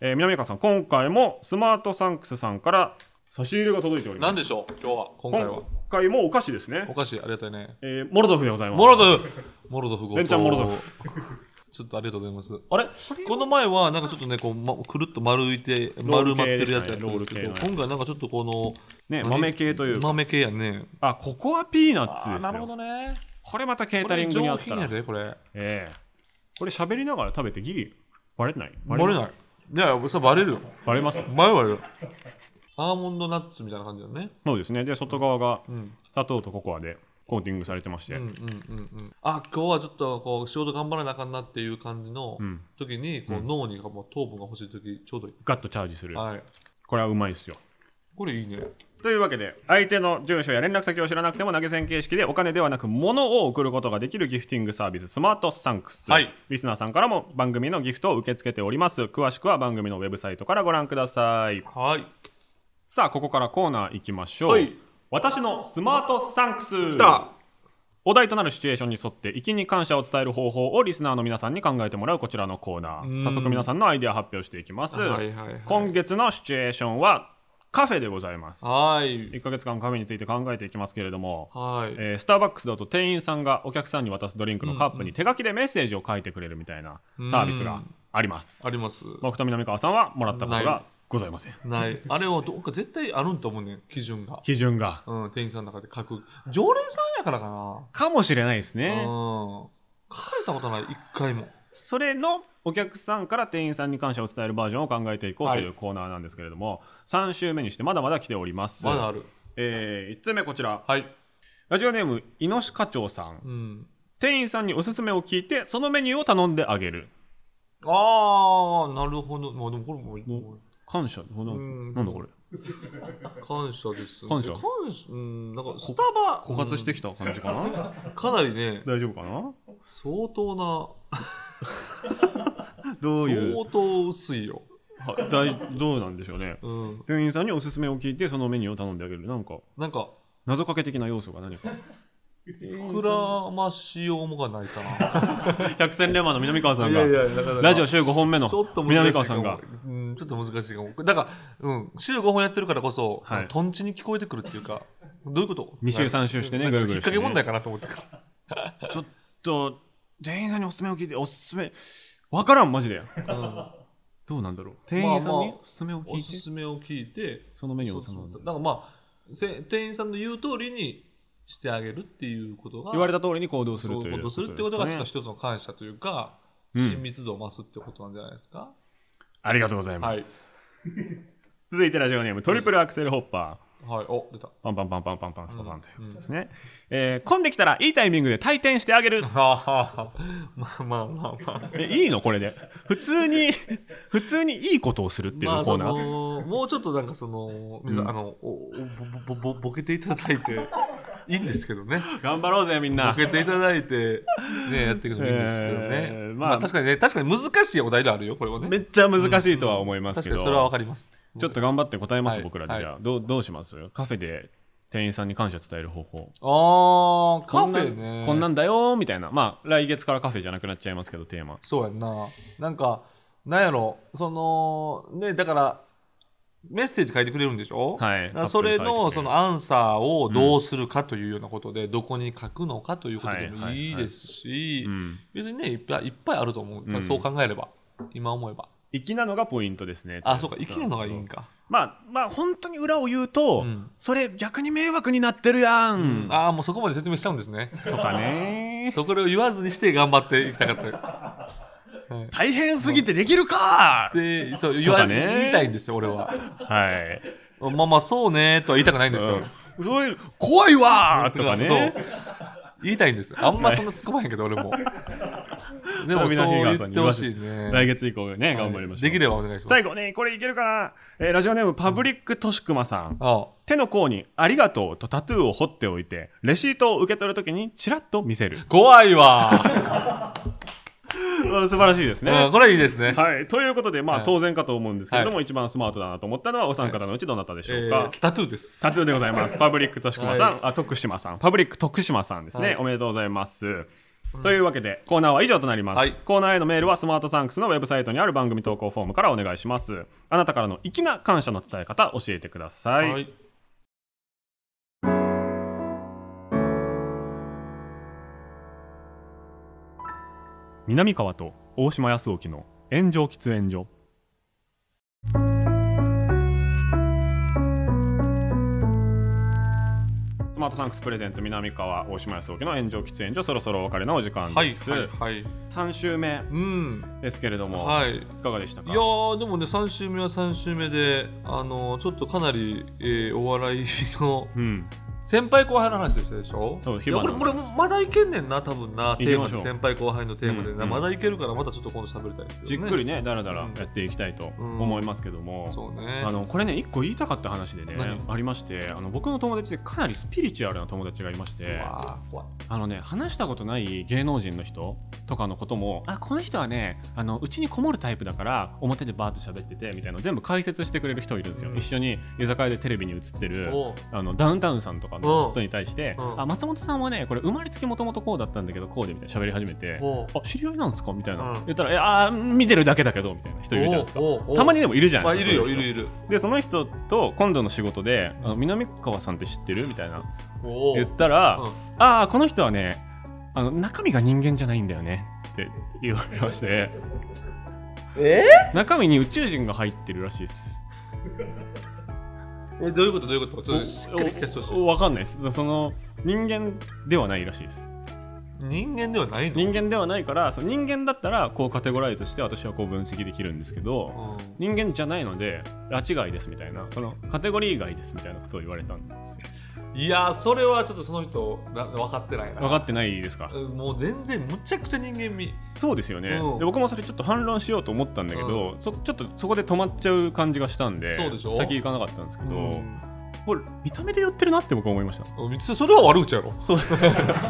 Speaker 2: えー、南川さん今回もスマートサンクスさんから差し入れが届いております
Speaker 3: なんでしょう今日は今回は
Speaker 2: 今回もお菓子ですね
Speaker 3: お、菓子ありがたいね
Speaker 2: えーモロゾフでございます
Speaker 3: モロゾフモロゾフご
Speaker 2: ベンちゃんモロゾフ
Speaker 3: ちょっとありがとうございますあれこの前はなんかちょっとねこう、ま、くるっと丸いて丸
Speaker 2: ール
Speaker 3: まっ
Speaker 2: 系で
Speaker 3: てる
Speaker 2: すね
Speaker 3: やつやったんですけど
Speaker 2: ロール系のやつ
Speaker 3: 今回なんかちょっとこの
Speaker 2: ね
Speaker 3: 何
Speaker 2: 豆系というか
Speaker 3: 豆系やね
Speaker 2: あココアピーナッツ
Speaker 3: あ
Speaker 2: です
Speaker 3: なるほ
Speaker 2: よ
Speaker 3: どね
Speaker 2: これまたケー
Speaker 3: こ
Speaker 2: タリ
Speaker 3: れ
Speaker 2: ングにあ
Speaker 3: 上
Speaker 2: った
Speaker 3: 品
Speaker 2: ら
Speaker 3: やでこれ
Speaker 2: ええこれ喋りながら食べてギリバレない
Speaker 3: バレないいやいやそれバレるよ
Speaker 2: バレます
Speaker 3: 前はよアーモンドナッツみたいな感じだね
Speaker 2: そうですねで外側が
Speaker 3: うん
Speaker 2: 砂糖とココアでコーティングされてまし
Speaker 3: う
Speaker 2: て、
Speaker 3: んうんうんうんあ今日はちょっとこう仕事頑張らなあかんなっていう感じの
Speaker 2: うん
Speaker 3: 時に、こう
Speaker 2: うん
Speaker 3: 脳にもう糖分が欲しい時ちょうどいい、
Speaker 2: ガッとチャージする
Speaker 3: はい
Speaker 2: これはうまいですよ
Speaker 3: これいいね
Speaker 2: というわけで相手の住所や連絡先を知らなくても投げ銭形式でお金ではなく物を送ることができるギフティングサービススマートサンクス、
Speaker 3: はい
Speaker 2: リスナーさんからも番組のギフトを受け付けております詳しくは番組のウェブサイトからご覧ください
Speaker 3: はい
Speaker 2: さあここからコーナー行きましょう、
Speaker 3: はい
Speaker 2: 私のスマートサンクス
Speaker 3: 来た
Speaker 2: お題となるシチュエーションに沿って粋に感謝を伝える方法をリスナーの皆さんに考えてもらうこちらのコーナ
Speaker 3: うん
Speaker 2: ー早速皆さんのアイデア発表していきます、
Speaker 3: はいはいはい
Speaker 2: 今月のシチュエーションはカフェでございます
Speaker 3: はい
Speaker 2: 1ヶ月間カフェについて考えていきますけれども、
Speaker 3: はい、
Speaker 2: えースターバックスだと店員さんがお客さんに渡すドリンクのカップに手書きでメッセージを書いてくれるみたいなサービスがあります、
Speaker 3: あります
Speaker 2: 僕と南川さんはもらったことがございません
Speaker 3: ないあれはどっか絶対あるんと思うねん基準が、
Speaker 2: 基準が
Speaker 3: うん、店員さんの中で書く常連さんやからかな、
Speaker 2: かもしれないです
Speaker 3: うん
Speaker 2: ね
Speaker 3: 書かれたことない一回も
Speaker 2: それのお客さんから店員さんに感謝を伝えるバージョンを考えていこう
Speaker 3: は
Speaker 2: と
Speaker 3: い
Speaker 2: いうコーナーなんですけれども、3週目にしてまだまだ来ております、
Speaker 3: まだある
Speaker 2: え1つ目こちら
Speaker 3: はい、
Speaker 2: ラジオネームイノシカ長さん
Speaker 3: うん、
Speaker 2: 店員さんにおすすめを聞いてそのメニューを頼んであげる
Speaker 3: ああなるほどまあでもこれも
Speaker 2: 感謝この
Speaker 3: うん
Speaker 2: なんだこれ
Speaker 3: 感謝です、ね。
Speaker 2: 感謝
Speaker 3: うん、なんかスタバ。
Speaker 2: 枯渇してきた感じかな
Speaker 3: うんかなりね、
Speaker 2: 大丈夫かな
Speaker 3: 相当な、
Speaker 2: どういう
Speaker 3: 相当薄いよ。
Speaker 2: は大どうなんでしょうね
Speaker 3: うん。
Speaker 2: 店員さんにおすすめを聞いてそのメニューを頼んであげるなんか
Speaker 3: なんか、
Speaker 2: 謎かけ的な要素が何か
Speaker 3: 膨らましようもがないかな。
Speaker 2: 百戦錬磨の南川さんが
Speaker 3: や、なかなか
Speaker 2: ラジオ週5本目の
Speaker 3: ちょっと難し
Speaker 2: 南
Speaker 3: いかも
Speaker 2: 川さんが。
Speaker 3: うん、ちょっと難しいかも。だから、うん、週5本やってるからこそ、
Speaker 2: はい
Speaker 3: トンチに聞こえてくるっていうか、どういうこと
Speaker 2: 二週三週してね
Speaker 3: なんか
Speaker 2: ぐるぐるしてね
Speaker 3: 引っ掛け問題かなと思ってから。
Speaker 2: ちょっと店員さんにおすすめを聞いておすすめわからんマジで
Speaker 3: うん
Speaker 2: どうなんだろう店員さん
Speaker 3: まあ
Speaker 2: に
Speaker 3: まあ
Speaker 2: おすすめを聞
Speaker 3: お
Speaker 2: い
Speaker 3: す
Speaker 2: て
Speaker 3: すめを聞いて、
Speaker 2: そのメニュー
Speaker 3: そ
Speaker 2: を
Speaker 3: うそう
Speaker 2: 頼ん
Speaker 3: そ
Speaker 2: で
Speaker 3: うなんかまあ、せ店員さんの言う通りにしてあげるっていうことが、
Speaker 2: 言われた通りに行動する
Speaker 3: そう
Speaker 2: と
Speaker 3: いう
Speaker 2: いう
Speaker 3: ことをするってことが、ちょっと一つの感謝というか、
Speaker 2: うん
Speaker 3: 親密度を増すってことなんじゃないですか。
Speaker 2: ありがとうございます、
Speaker 3: はい。
Speaker 2: 続いてラジオネームトリプルアクセルホッパー
Speaker 3: はい、お、出た。
Speaker 2: パンパンパンパンパンパンスパパンということですね、えー混んできたらいいタイミングで退店してあ げる
Speaker 3: はあ、まあまあまあまあ。
Speaker 2: えいいのこれで普通に普通にいいことをするっていう
Speaker 3: まあ、
Speaker 2: コー
Speaker 3: そ
Speaker 2: ナー、
Speaker 3: の、もうちょっとなんかその、皆さん、あの、おおぼぼぼぼけていただいて、 いいんですけどね。
Speaker 2: 頑張ろうぜみん
Speaker 3: ボ
Speaker 2: な
Speaker 3: ケていただいて、ね、やっていくのもいいんですけどね。
Speaker 2: えーま
Speaker 3: ま
Speaker 2: あ
Speaker 3: あ、確かにね、確かに難しいお題ではあるよ、これはね。
Speaker 2: めっちゃ難しいとは思います
Speaker 3: 確
Speaker 2: け
Speaker 3: か
Speaker 2: ど、
Speaker 3: にそれはわかります。
Speaker 2: ちょっと頑張って答えます、
Speaker 3: はい
Speaker 2: 僕らでじゃあ、
Speaker 3: は
Speaker 2: どうどうしますカフェで店員さんに感謝伝える方法
Speaker 3: あー、カフ
Speaker 2: こ
Speaker 3: ェ
Speaker 2: んな
Speaker 3: ね
Speaker 2: ん。こんなんだよーみたいなまあ来月からカフェじゃなくなっちゃいますけどテーマ
Speaker 3: そうやんな。なんか、なんやろ、その、ね、だから、メッセージ書いてくれるんでしょ
Speaker 2: はい
Speaker 3: だからそれ
Speaker 2: カップに書い
Speaker 3: の、
Speaker 2: てくれる
Speaker 3: そのアンサーをどうするかというようなことで、どこに書くのかということで
Speaker 2: はいはいは
Speaker 3: も
Speaker 2: い
Speaker 3: いいですし
Speaker 2: う、ん
Speaker 3: 別にね、いっぱいいっぱいあると思う。だからそう考えれば、今思えば。
Speaker 2: 粋なのがポイントですね
Speaker 3: あ、そうか、生きるのがいいんか。
Speaker 2: まあまあ本当に裏を言うと、
Speaker 3: うん
Speaker 2: それ逆に迷惑になってるやん、
Speaker 3: ああ、もうそこまで説明しちゃうんですね。
Speaker 2: とかね
Speaker 3: そこを言わずにして頑張っていきたかった。
Speaker 2: 大変すぎてできるか
Speaker 3: で、そう言わ、
Speaker 2: とかね
Speaker 3: 言いたいんですよ、俺は。
Speaker 2: はい
Speaker 3: まあまあ、そうね、とは言いたくないんですよ。
Speaker 2: そういう、怖いわーとか
Speaker 3: そ
Speaker 2: ね
Speaker 3: う。。言いたいんですよ。あんまそんな突っ込まへんけど、俺も。でも、そう言ってほしいね。
Speaker 2: 来月以降ね、頑張りましょう。
Speaker 3: できればお願いします。
Speaker 2: 最後ね、これいけるかな、えーラジオネームパブリックとしくまさん。
Speaker 3: あ
Speaker 2: 手の甲にありがとうとタトゥーを彫っておいて、レシートを受け取るときにチラッと見せる。
Speaker 3: 怖い わ、
Speaker 2: うん素晴らしいですね。
Speaker 3: うんこれいいですね。
Speaker 2: はい。ということで、まあ
Speaker 3: はい
Speaker 2: 当然かと思うんですけれども、
Speaker 3: は
Speaker 2: 一番スマートだなと思ったのはお三方のうちどなたでし
Speaker 3: え
Speaker 2: ょうか、
Speaker 3: ータトゥーです。
Speaker 2: タトゥーでございます。パブリック徳島さん、
Speaker 3: はい
Speaker 2: あ徳島さん、パブリック徳島さんですね。
Speaker 3: はい
Speaker 2: おめでとうございます。というわけで、コーナーは以上となります。
Speaker 3: はい
Speaker 2: コーナーへのメールはスマートサンクスのウェブサイトにある番組投稿フォームからお願いします。あなたからの粋な感謝の伝え方、教えてください。
Speaker 3: はい
Speaker 2: 南川と大島康沖の炎上喫煙所。スマートサンクスプレゼンツ南川大島康沖の炎上喫煙所そろそろお別れのお時間
Speaker 3: は
Speaker 2: で
Speaker 3: い、
Speaker 2: す、
Speaker 3: はい、はい。
Speaker 2: 3週目
Speaker 3: うん。
Speaker 2: ですけれども、
Speaker 3: はい。
Speaker 2: いかがでしたか
Speaker 3: いやーでもね3週目は3週目であのちょっとかなり、えーお笑いの
Speaker 2: うん
Speaker 3: 先輩後輩の話でしたでしょ
Speaker 2: そう
Speaker 3: いや
Speaker 2: 暇な
Speaker 3: 俺俺まだいけんねんな多分なテ
Speaker 2: いけ
Speaker 3: ー
Speaker 2: ま
Speaker 3: マ
Speaker 2: しょう
Speaker 3: で先輩後輩のテーマでな、
Speaker 2: うん
Speaker 3: まだいけるからまたちょっと今度喋りたいですけ
Speaker 2: じっ
Speaker 3: ど、ね、
Speaker 2: くりねだらだらやっていきたいと思いますけども、
Speaker 3: そうね
Speaker 2: あのこれね一個言いたかった話でね
Speaker 3: 何
Speaker 2: ありましてあの僕の友達でかなりスピリチュアルな友達がいまして
Speaker 3: うわー怖い
Speaker 2: あのね話したことない芸能人の人とかのこともあこの人はねあのうちにこもるタイプだから表でバーッと喋っててみたいなの全部解説してくれる人いるんですよ、
Speaker 3: うん
Speaker 2: 一緒に居酒屋でテレビに映ってる
Speaker 3: おう
Speaker 2: あのダウンタウンさんとかの人に対して、
Speaker 3: うんうん
Speaker 2: あ松本さんはねこれ生まれつきもともとこうだったんだけどこうでみたいな喋り始めて、
Speaker 3: おう
Speaker 2: あ知り合いなんですかみたいな、
Speaker 3: うん
Speaker 2: 言ったら「いやあー見てるだけだけど」みたいな人いるじゃないですか
Speaker 3: おうおう
Speaker 2: たまにでもいるじゃ
Speaker 3: ま
Speaker 2: な
Speaker 3: あ
Speaker 2: い
Speaker 3: い
Speaker 2: ですか、
Speaker 3: るよ
Speaker 2: そう
Speaker 3: い
Speaker 2: 人
Speaker 3: うるいる
Speaker 2: でその人と今度の仕事で「あの南川さんって知ってる?」みたいな
Speaker 3: おう
Speaker 2: 言ったら「
Speaker 3: うん
Speaker 2: ああこの人はねあの中身が人間じゃないんだよね」って言われまして
Speaker 3: え
Speaker 2: 中身に宇宙人が入ってるらしいです
Speaker 3: えどういうことどういうことちょっとしっかり聞かせてほしい
Speaker 2: 分かんないですその人間ではないらしいです
Speaker 3: 人間ではないの
Speaker 2: 人間ではないからその人間だったらこうカテゴライズして私はこう分析できるんですけど、
Speaker 3: うん
Speaker 2: 人間じゃないので拉致外ですみたいなそのカテゴリー外ですみたいなことを言われたんですよ
Speaker 3: いやーそれはちょっとその人な分かってないな
Speaker 2: 分かってないですか
Speaker 3: うんもう全然むちゃくちゃ人間味
Speaker 2: そうですよね、
Speaker 3: うん
Speaker 2: で僕もそれちょっと反論しようと思ったんだけど、そちょっとそこで止まっちゃう感じがしたんで
Speaker 3: そうでしょ
Speaker 2: 先行かなかったんですけど、
Speaker 3: うん
Speaker 2: これ見た目で寄ってるなって僕は思いました
Speaker 3: そそれは悪口やろ
Speaker 2: そう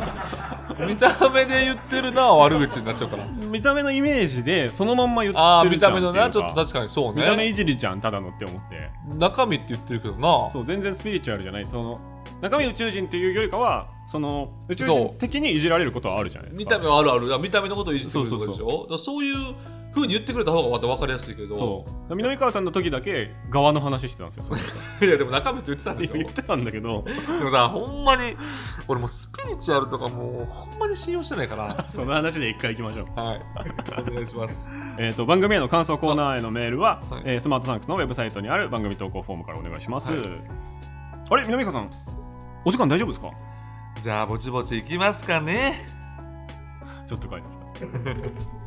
Speaker 3: 見た目で言ってるなは悪口になっち ゃうから
Speaker 2: 見た目のイメージでそのまんま言ってるじゃん
Speaker 3: ああー見た目のな
Speaker 2: って
Speaker 3: ち
Speaker 2: い
Speaker 3: ょ
Speaker 2: う
Speaker 3: っ
Speaker 2: か
Speaker 3: と確かにそう
Speaker 2: 見
Speaker 3: ね
Speaker 2: た目いじりじゃんただのって思って
Speaker 3: 中身って言ってるけどな
Speaker 2: そう全然スピリチュアルじゃないその中身宇宙人っていうよりかはその宇宙
Speaker 3: そ
Speaker 2: 人
Speaker 3: う
Speaker 2: 的にいじられることはあるじゃないです
Speaker 3: 見
Speaker 2: か
Speaker 3: た目はあるあるあ見た目のことをいじってくるとか
Speaker 2: そうそう
Speaker 3: でし
Speaker 2: そ
Speaker 3: ょだからそういうふうに言ってくれた方がまた分かりやすいけど
Speaker 2: そう南川さんの時だけ側の話してたんですよそ の人
Speaker 3: いやでも中身って言ってたんでしょ
Speaker 2: 言ってたんだけど
Speaker 3: でもさほんまに俺もうスピリチュアルとかもうほんまに信用してないから
Speaker 2: その話で一回いきましょう
Speaker 3: はいお願いします
Speaker 2: えー、と番組への感想コーナーへのメールは、
Speaker 3: はい
Speaker 2: えースマートサンクスのウェブサイトにある番組投稿フォームからお願いします、
Speaker 3: はい
Speaker 2: あれ南川さんお時間大丈夫ですか
Speaker 3: じゃあぼちぼちいきますかね
Speaker 2: ちょっと書いてきた